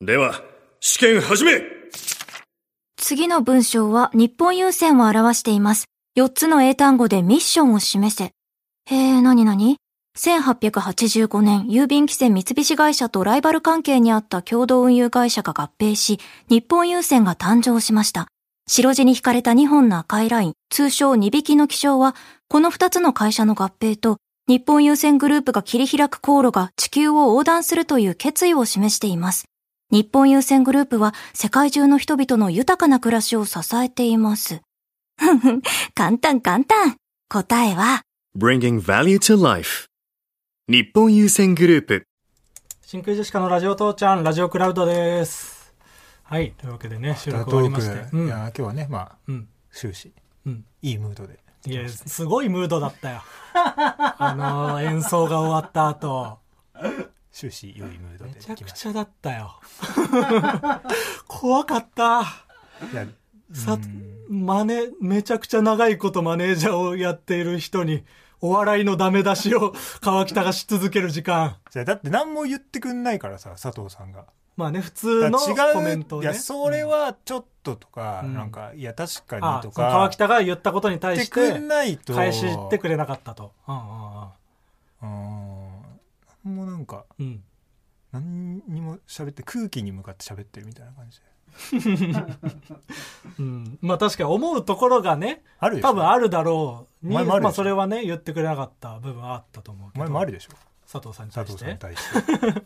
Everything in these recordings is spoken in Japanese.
では、試験始め次の文章は日本郵船を表しています。4つの英単語でミッションを示せ。へえ、なになに ?1885 年、郵便規制三菱会社とライバル関係にあった共同運輸会社が合併し、日本郵船が誕生しました。白地に引かれた2本の赤いライン、通称2匹の気象は、この2つの会社の合併と、日本郵船グループが切り開く航路が地球を横断するという決意を示しています。日本郵船グループは世界中の人々の豊かな暮らしを支えています。ふんふん、簡単簡単。答えは、 !Bringing Value to Life 日本優先グループ真空ジェシカのラジオ父ちゃん、ラジオクラウドです。はい、というわけでね、収録終わりまして。ういん、や今日はねまあうん、終始うん。いいムードでいや、すごいムードだった よ。あの演奏が終わった後、終始良いムードでめちゃ来くましちゃだった よ。怖かった。たいやさ、マネ、めちゃくちゃ長いことマネージャーをやっている人に、お笑いのダメ出しを 川北がし続ける時間。じゃあだって何も言ってくんないからさ佐藤さんがまあね、普通だのから違うコメントをね。いやそれはちょっととか、うんなんかいや確かあにとその川か北が言ったことに言対っしててくんないと返しってくれなかったと。うんうんうんもうなんかうん。うん。何にも喋って空気に向かって喋ってるみたいな感じでうん、まあ確かに思うところがね、あるでしょ多分あるだろうに、お前もあるでしょまあそれはね、言ってくれなかった部分はあったと思うけど。お前もあるでしょ佐藤さんに佐対藤しさんにて。対し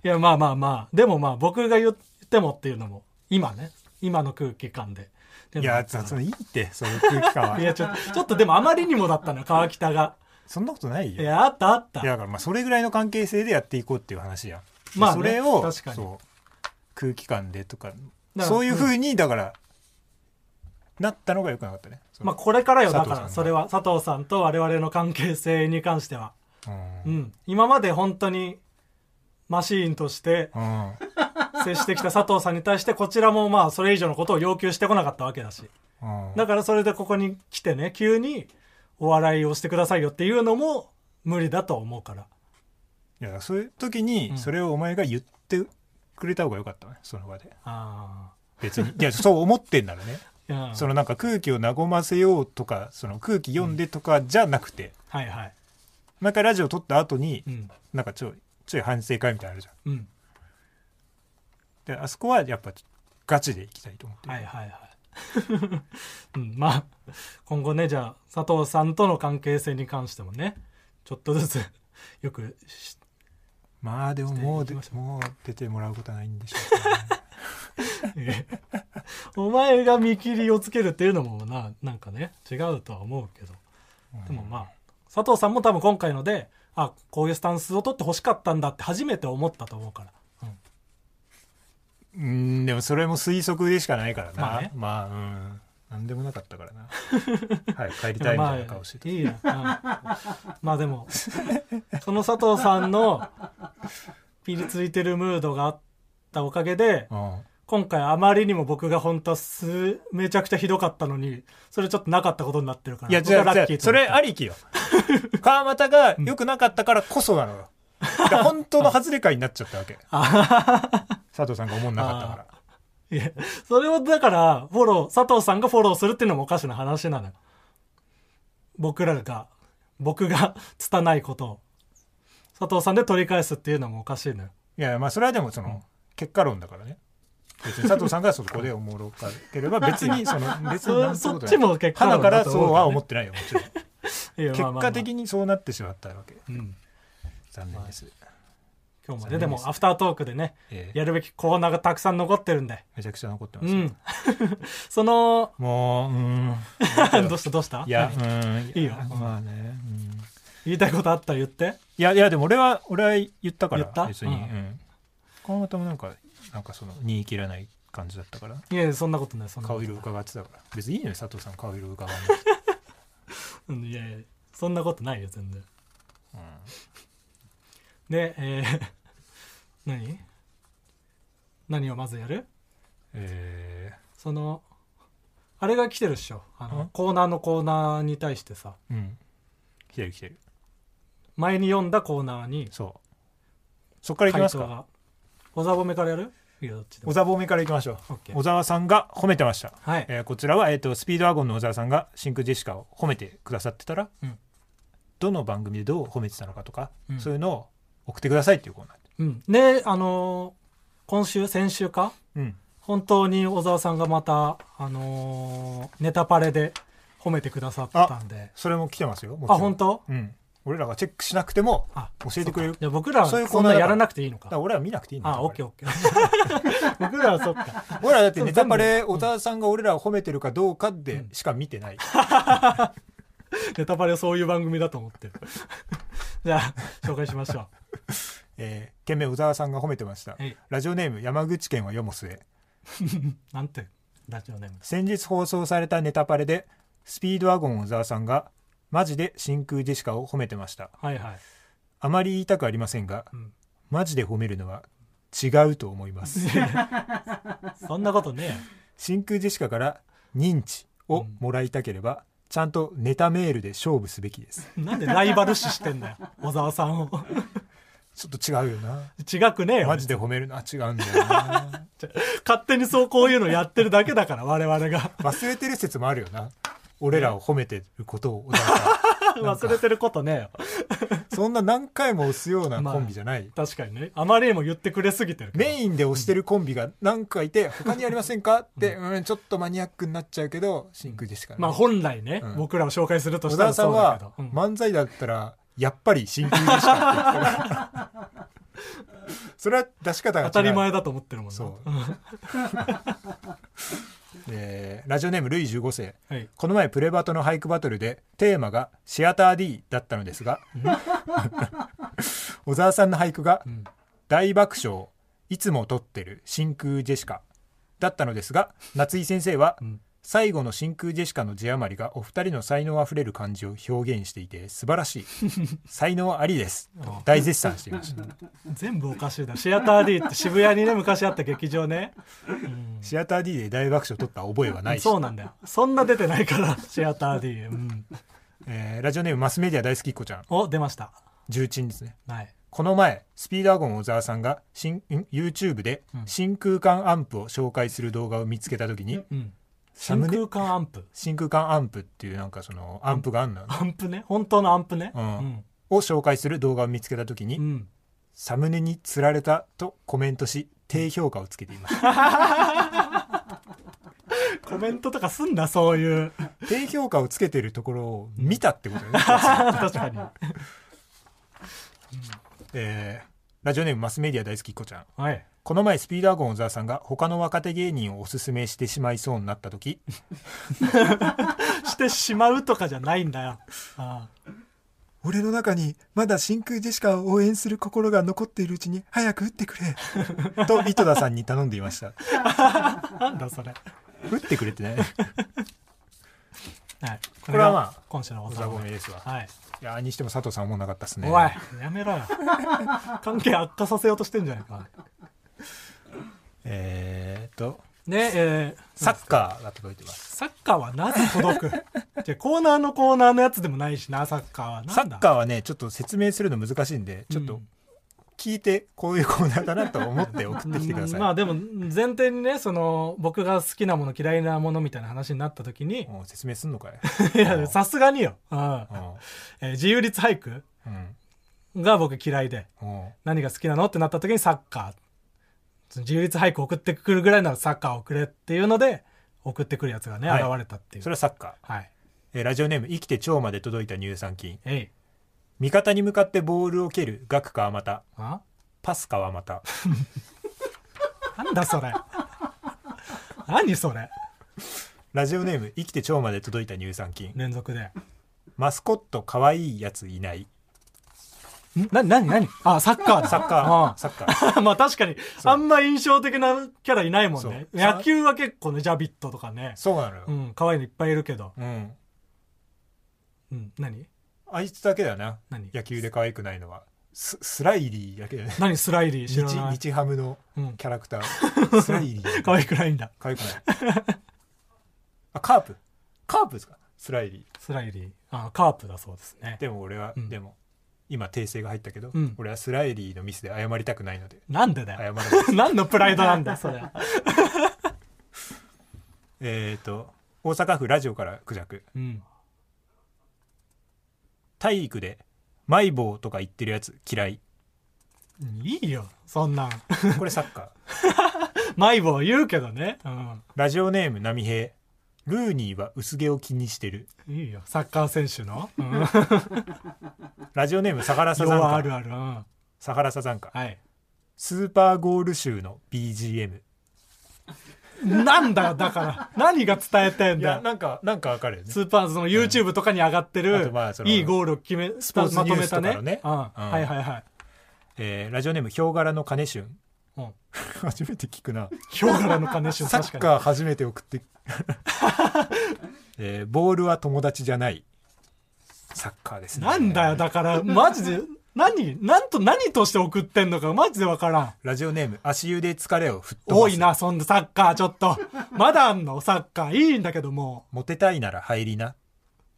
ていや、まあまあまあ。でもまあ僕が言ってもっていうのも、今ね、今の空気感で。でもいやまあそのいいってその空気感いやはちょ、ちょっとでもあまりにもだったのよ、川北が。そんなことないいよや、あったあった。いやだからまあそれぐらいの関係性でやっていこうっていう話やん、まあねそれを確かにそう空気感でとからそういうふうにだから、なったのがよくなかったねそのまあこれからよ、だ佐か藤さら、んがそれは佐藤さんと我々の関係性に関しては。うんうん。今まで本当に、マシーンとしてうん接してきた佐藤さんに対して、こちらもまあそれ以上のことを要求してこなかったわけだし。うんだからそれでここに来てね、急にお笑いをしてくださいよっていうのも無理だと思うから。いやそういう時にそれをお前が言ってくれた方がよかったねその場であ別にいやそう思ってんな らねあ。そのなんか空気を和ませようとかその空気読んでとかじゃなくて、はいはい。毎回ラジオ撮った後に、うん。なんかちょいちょい反省会みたいなのあるじゃんうん。であそこはやっぱガチでいきたいと思ってるはいはい はい。うん、まあ、今後ね、じゃあ、佐藤さんとの関係性に関してもね、ちょっとずつ、 よくし、まあでももうで行きましょうもう出てもらうことはないんでしょう けどねお前が見切りをつけるっていうのもな、なんかね、違うとは思うけど。でもまあ、佐藤さんも多分今回ので、あ、こういうスタンスを取ってほしかったんだって初めて思ったと思うから。うんうんでもそれも推測でしかないからなままああ、ねうん何でもなかったか らなはい帰りたいみたいな顔してた、まあ、いいや、うんまあでもその佐藤さんのピリついてるムードがあったおかげでうん今回あまりにも僕が本当はすめちゃくちゃひどかったのにそれちょっとなかったことになってるからいや僕は違ラッうキ違ーうそれあり きよ川又が良くなかったからこそなのよだから本当の外れ会になっちゃったわけ佐藤さんが思んなかったからいやそれをだからフォロー佐藤さんがフォローするっていうのもおかしな話なのよ僕らが僕が 拙いことを佐藤さんで取り返すっていうのもおかしいのよいやまあそれはでもその結果論だからね別に佐藤さんがそこでおもろか ければ別にその別になんてそことっないちも結果花論かだらとそ思うけどねうは思ってないよもちろんいや結まあまあまあ果的にそうなってしまったわけうん残念です、今日も残ね念ででもすアフタートークでねええやるべきコーナーがたくさん残ってるんでめちゃくちゃ残ってまうす、ん そのもうう ーんどうしたどうしたいやうーんいいよまあね、うん、い言いたいことあったら言ってやいやでも俺は俺は言ったから言った別に、ううんんこの方もなんかなんかその煮い切らない感じだったからいやいやそんなことないそんなこと顔ない色伺ってたから別にいいのよ佐藤さん顔色伺わない うんいやいやそんなことないよ全然でえー 何何をまずやるえそのあれが来てるっしょあのんコーナーのコーナーに対してさー、うん来てる来てる前に読んだコーナーにそうそっからいき回ます答かが小沢褒めからやるいやどっちで小も沢方面からいきましょう OK 小沢さんが褒めてました、はいえーこちらは、えー、とスピードワゴンの小沢さんが真空ジェシカを褒めてくださってたら、うんどの番組でどう褒めてたのかとか、うんそういうのを送ってくださいっていうコーナーうんであのー今週先週かうん本当に小沢さんがまたあのーネタパレで褒めてくださったんでそれも来てますよもちあろん本当うん俺らがチェックしなくてもあ教えてくれるじゃあ僕らそういうはコそーんなナーだからやらなくていいのだかから俺ら見なくていいんだあオッケーオッケー 僕らはそっか俺らだってネタバレ全部小沢さんが俺らを褒めてるかどうかでしか見てない、ネタバレをそういう番組だと思ってる じゃあ紹介しましょえー、件名小沢さんが褒めてましたはいラジオネーム山口県はよもすえうなんてラジオネーム先日放送されたネタパレでスピードワゴン小沢さんがマジで真空ジェシカを褒めてましたはいはいあまり言いたくありませんが、んマジで褒めるのは違うと思いますそんなことねえよ真空ジェシカから認知をもらいたければ、ちゃんとネタメールで勝負すべきですなんでライバル視してんだよ小沢さんをちょっと違うよな違くねえよマジで褒めるのは違うんだよな勝手にそうこういうのやってるだけだから我々 が忘れてる説もあるよな俺らを褒めてることを小沢さん忘れてることねえよそんな何回も押すようなまあコンビじゃない、確かにねあまりにも言ってくれすぎてるからメインで押してるコンビが何かいて他にありませんかって、うん、ちょっとマニアックになっちゃうけど真空ジェシカねまあ本来ね、うん僕らを紹介すると小した沢らさんそうだけはど、うん漫才だったらやっぱり真空ジェシカって言ってるそれは出し方が違う当たり前だと思ってるもんねそうえーラジオネームルイ15世はいこの前プレバトの俳句バトルでテーマが「シアター D」だったのですが小沢さんの 俳句がん「大爆笑いつも撮ってる真空ジェシカ」だったのですが夏井先生はん最後の真空ジェシカの字余りがお二人の才能あふれる感じを表現していて素晴らしい才能あ りですと大絶賛していました全部おかしいだろシアター D って渋谷にね昔あった劇場ねシアター D で大爆笑取った覚えはないしそうなんだよそんな出てないから シアター D、うん、えーラジオネームマスメディア大好きっ子ちゃんお出ました重鎮ですねはいこの前スピードワゴン小沢さんが新ん YouTube で真空管アンプを紹介する動画を見つけた時にうんサム真ネ空管アンプ真空管アンプっていうなんかそのアンプがあんのよアンプね本当のアンプねうんを紹介する動画を見つけた時うにんサムネに釣られたとコメントし低評価をつけてい ましたコメントとかすんなそういう 低評価をつけてるところを見たってことよね、確かにえーラジオネームマスメディア大好きっ子ちゃんはいこの前スピードワゴン小沢さんが他の若手芸人をおすすめしてしまいそうになった時してしまうとかじゃないんだよあ俺の中にまだ真空ジェシカを応援する心が残っているうちに早く打ってく れと井戸田さんに頼んでいましたあなんだそれ打ってくれってねはい、これはまあ今週のおおさざごごめめですわはい、いやーにしても佐藤さん思んなかったっすねおいやめろよ関係悪化させようとしてんじゃないかえーっとねえーサッカーが届いてますサッカーはなぜ 届くじゃあコーナーのコーナーのやつでもないしなサッカーはなんだサッカーはねちょっと説明するの難しいんでちょっうとん聞いてこういうコーナーだなと思って送ってきてくださういんまあでも前提にねその僕が好きなもの嫌いなものみたいな話になった時にもう説明す んのかいいやさすがによ、うんえー自由律俳句うんうんが僕嫌いでうん何が好きなのってなった時にサッカー自由律俳句送ってくるぐらいならサッカー送れっていうので送ってくるやつがね、はい現れたっていうそれはサッカーはいえーラジオネーム生きて腸まで届いた乳酸菌えい味方に向かってボールを蹴るガク川又あパス川又なんだ それ何それラジオネーム生きて腸まで届いた乳酸菌連続でマスコット可愛いやついないな何何あサッカーだサッカーーサッカ ーまあ確かにあんま印象的なキャラいないもんねそう野球は結構ねジャビットとかねそうなのようん可愛いのいっぱいいるけどうん、うん何あいつだけだな何野球で可愛くないのはススライリーだけだね何スライリー知日らない日ハムのうんキャラクタ ー、スライリー可愛くないんだ可愛くないあカープカープですかスライリースライリーあカープだそうですねでも俺は、うんでも今訂正が入ったけど、うん俺はスラエリーのミスで謝りたくないのでなんでだ謝らよ。ない何のプライド なんだよ、そ れ。えっと大阪府ラジオからクジャクうん。体育でマイボーとか言ってるやつ嫌いいいよ、そんなん。これサッカーマイボー言うけどね。うん。ラジオネーム波平ルーニーは薄毛を気にしてるいいよ、サッカー選手の。うん。 ラジオネームサハラサザン弱あカるある。うん。サハラサザンカはい。スーパーゴール集の BGM なんだよ、だから。何が伝えてんいだやよ。なんかなんかわかるよねスーパーズの YouTube とかに上がってあるとまあそ、のいいゴールを決め、スポーツまとめたニュースとかのねうん。はうんいはいはい。えーラジオネームヒョウ柄の金春うん。初めて聞くなヒョウ柄の金賞、サッ確かカー初めて送って、 えーボールは友達じゃないサッカーですに。ねなんだよ、だから、マジで、何なんと、何として送ってんのか、マジでわからん。ラジオネーム足湯で疲れを吹っ飛ばす多いな、そんなサッカー、ちょっと。まだあんの、サッカー。いいんだけども。モテたいなら入りな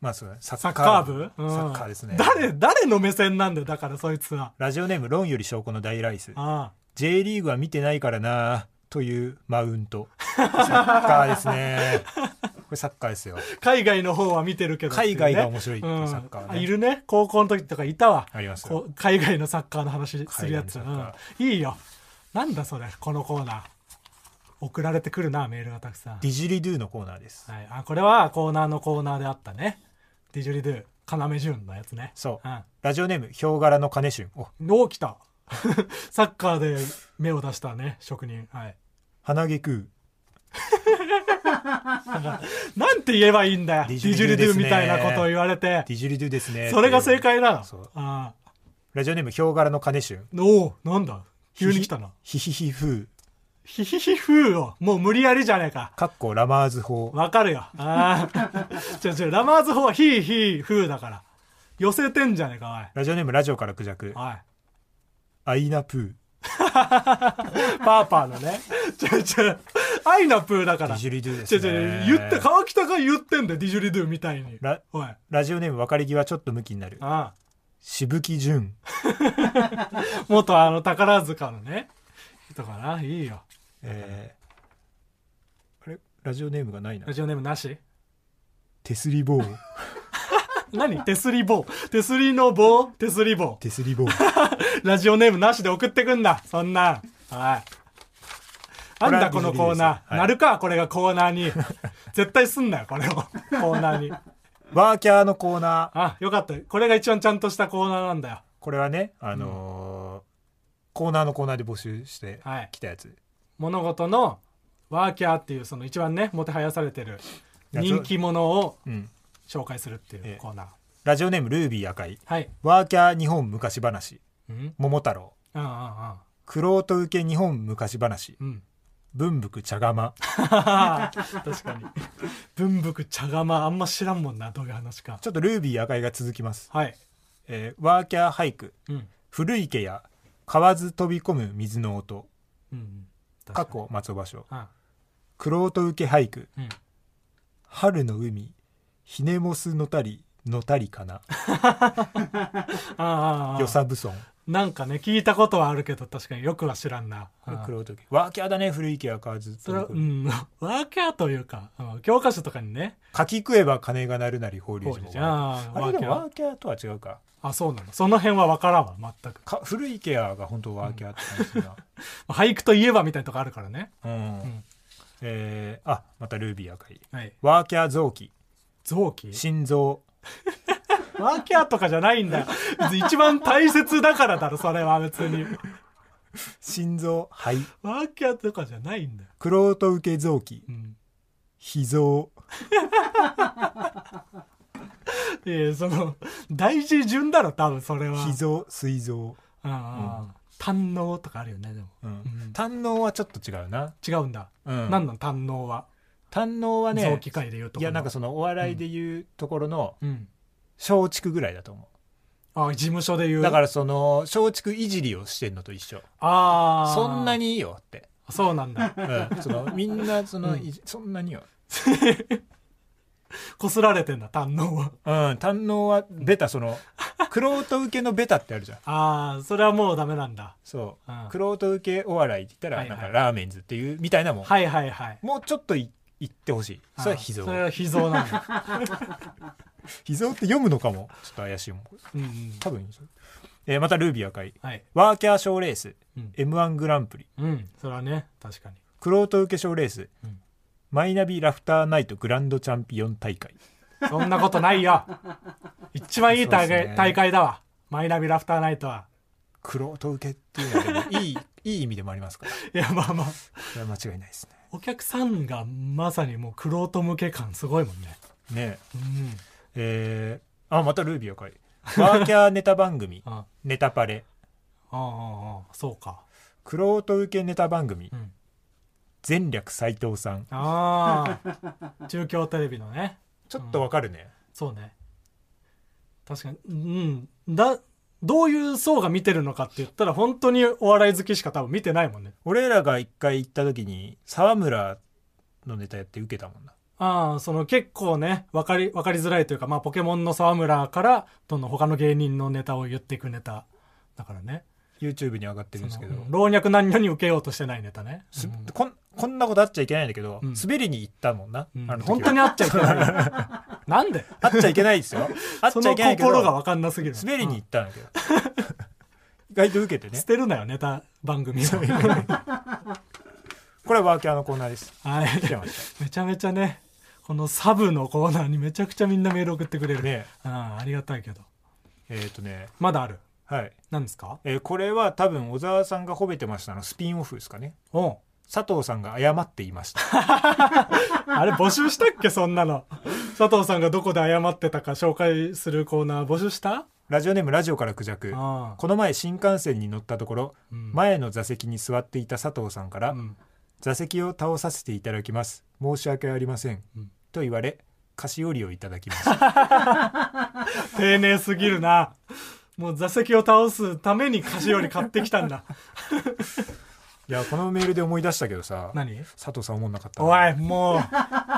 まあそうだねササッッカカーー部うんサッカーですね誰、誰の目線なんだよ、だから、そいつは。ラジオネーム論より証拠の大ライスあ J リーグは見てないからなというマウン トサッカーですねこれサッカーですよあ海外の方は見てるけどっていうね、海外が面白いっていううんサッカーはあねいるね。高校の時とかいたわ。ありますよこう海外のサッカーの話するやつ。う海外のサッんカいいよ。なんだそれ、このコーナー。送られてくるな、メールがたくさん。ディジリドゥのコーナーですはい、あこれはコーナーのコーナーであったねディジュリドゥ要潤のやつねそう、んラジオネームヒョウ柄の金春おお来た サッカーで目を出したね職人はい鼻毛食うなんて言えばいいんだよデディィジジュュリリドドゥゥですねみたいなことを言われてディジュリドゥですねそれが正解なのそうあラジオネームヒョウ柄の金春ーおおなんだ急に来たなヒヒヒフヒヒヒフーをもう無理やりじゃねえかーかっこラマーズ法わかるよああちょちょラマーズ 法はヒーヒーフーだから寄せてんじゃねえかラジオネームラジオからクジャクおいおいアイナプーパーパーのね ちょちょアイナプーだかディらジュリドゥで違うす違ねう言って川北が言ってんだよディジュリドゥみたいにラおいあラジオネーム別れ際ちょっとムキになるあしぶきじゅ ん元あの宝塚のね人かないいよえーあれラジオネームがないなラジオネームなし手すり棒何手すり棒手すりの棒手すり棒手す り棒ラジオネームなしで送ってくんなそんなんはいなんだこのコーナー、はいなるかこれがコーナーに絶対すんなよこれをコーナーにワーキャーのコーナーあよかったこれが一番ちゃんとしたコーナーなんだよこれはねあのーコーナーのコーナーで募集してはいきたやつ物事のワーキャーっていうその一番ねもてはやされてるや人気者をうん紹介するっていうコーナー、ラジオネームルービー赤いはいワーキャー日本昔話うん桃太郎うんうんクロート受け日本昔話うんうん文福茶釜確かに文福茶釜あんま知らんもんなどういう話かちょっとルービー赤いが続きます、はい、えーワーキャー俳句うん古池や河津飛び込む水の音うん、確か過に去松尾芭蕉あクロート受け俳句うん春の海ひねもすのたりのたりかなああああよさぶそんなんかね聞いたことはあるけど確かによくは知らんなこれああクロート受けワーキャーだね古池や河津そ飛れはび込うむんワーキャーというか、うん教科書とかにねかき食えば鐘が鳴るなり放流こ時うもじゃああワれーでキもャワーーキャーとは違うかあそうなのその辺は分からんわ全くか古池やが本当ワーキャーって感じ だな俳句といえばみたいなとこあるからねうんんえーあまたルービー赤いはいワーキャー臓器臓器心臓ワーキャーとかじゃないん だよ。一番大切だからだろ、それは別に。心臓肺ワーキャーとかじゃないんだよ。クロート受け臓器うん。脾臓いや、その、大事順だろ、多分それは。脾臓膵臓うんうんうん。胆能とかあるよね、でも。うん胆のはちょっと違うな違うんだ。うんなんなん、胆能は。胆のはね臓器界で言うとこいのやなんかそのお笑いで言うところのうん。松竹ぐらいだと思あ事務所で言うう。、だかららその松竹いじりをしてんのと一緒ああ。そんなに。にいいよって、そうなんだ。うん、そのみんなその、うんいじそんなによこすられてんだ、胆能は。うん胆のはベタそのクロート受けのベタってあるじゃんああ、それはもうダメなんだ。そう、うんクロート受けお笑いって言ったはらいはないんかラーメンズっていうみたいなもん、はいはいはい。もうちょっとい言ってほしいそれは秘あーそれ蔵は秘蔵なん だ。秘蔵って読むのかもちょっと怪しいもんうんうん。多分そうえーまたルービー赤いはい。ワーキャー賞レース、うん。 m 1グランプリうん。それはね、確かに。クロート受け賞レース、うんマイナビラフターナイトグランドチャンピオン大会そんなことないよ。一番いい大そうっす会,、ね大会だわ。マイナビラフターナイトは。クロート受けっていうのはでもいい いい意味でもありますからいや、まあまあ。それは間違いないですお客さんがまさにもうクロート向け感すごいもんね。ねねうん。えーあまたルービー赤いワーキャーネタ番 組あネタパレあ、ああ、あそうか。クロート受けネタ番組、うん全略斎藤さんあ あ。中京テレビのね。ちょっとわかるね、そうね。確かに。うん。だ、どういう層が見てるのかって言ったら、本当にお笑い好きしか多分見てないもんね。俺らが一回行った時に沢村のネタやって受けたもんなああ、その結構ね、わかり、わかりづらいというか、まあ、ポケモンの沢村から、どんどん他の芸人のネタを言っていくネタ。だからね。 YouTube に上がってるんですけど、その老若男女に受けようとしてないネタね。すこんこんなことあっちゃいけないんだけど、うん滑りに行ったもんな、うんあの時は本当にあっちゃいけない。 なんであっちゃいけないです よあっそちゃのいけないけど心がわかんなすぎる。滑りに行ったんだけど 意外と受けて ね捨てるなよ、ネタ番組を。 これはワーキャーのコーナーですはい。来てましめちゃめちゃね、このサブのコーナーにめちゃくちゃみんなメール送ってくれたる。ねうん、ありがたいけど。えっ、とねまだある。はい、何ですかえーこれは多分小沢さんが褒めてましたのスピンオフですかねおう佐藤さんが謝ってい ましたあれ募集したっけ そんなの。佐藤さんがどこで謝ってたか紹介するコーナー募集したラジオネームラジオからクジャクああ。この前新幹線に乗ったところ、うん前の座席に座っていた佐藤さんから、うん座席を倒させていただきます申し訳ありません、うんと言われ菓子折りをいただきました 丁寧すぎるな。もう座席を倒すために菓子折り買ってきたんだ。いやこのメールで思い出したけどさ 何佐藤さん思んなかったなおい、もう、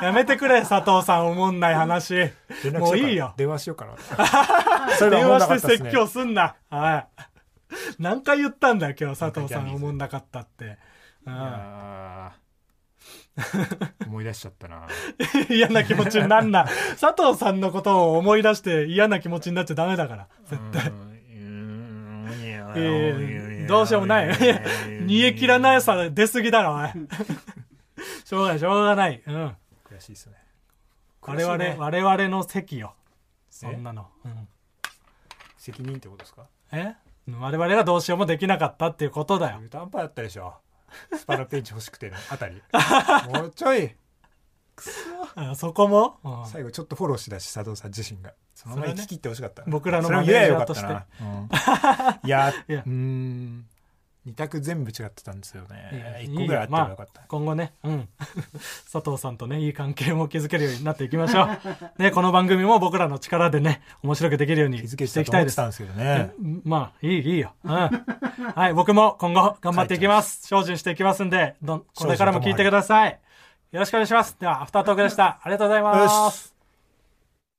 やめてくれ、佐藤さん、おもんない話。連絡しようかなもういいよ。電話しようかな そういえば電思ん話なかっしたてですね説教すんな。はい。何回言ったんだよ、今日、佐藤さ何回言ったんだん、よおもんなかったって。ういんやー思い出しちゃったな 嫌な気持ちになん な。佐藤さんのことを思い出して嫌な気持ちになっちゃダメだから。うーんいやええどうしようもない。煮え切らないさ出すぎだろ、おい。 しょうがない、しょうがない。うん。悔しいですね我々、悔しいね我々の席よ。そんなの。うん責任ってことですかえ我々がどうしようもできなかったっていうことだよ。中途半端だったでしょスパラペンチ欲しくてのあた りもうちょいうんそこも、うん最後ちょっとフォローしてたし佐藤さん自身がそのままそれは生ねき切ってほしかったな、僕らのそれもマネージャー言えばよかったなうんい やいやうーん2択全部違ってたんですよねいい1個ぐらいあったらよかった、まあ今後ね、うん、 佐藤さんとねいい関係も築けるようになっていきましょ うねこの番組も僕らの力でね面白くできるように気づしてけいてたきとた思いでってすたんですけどねまあいいいいよ、うん、はい僕も今後頑張っていきます精進していきますんでどんこれからも聞いてくださいよろしくお願いしますではアフタートークでしたありがとうございよますし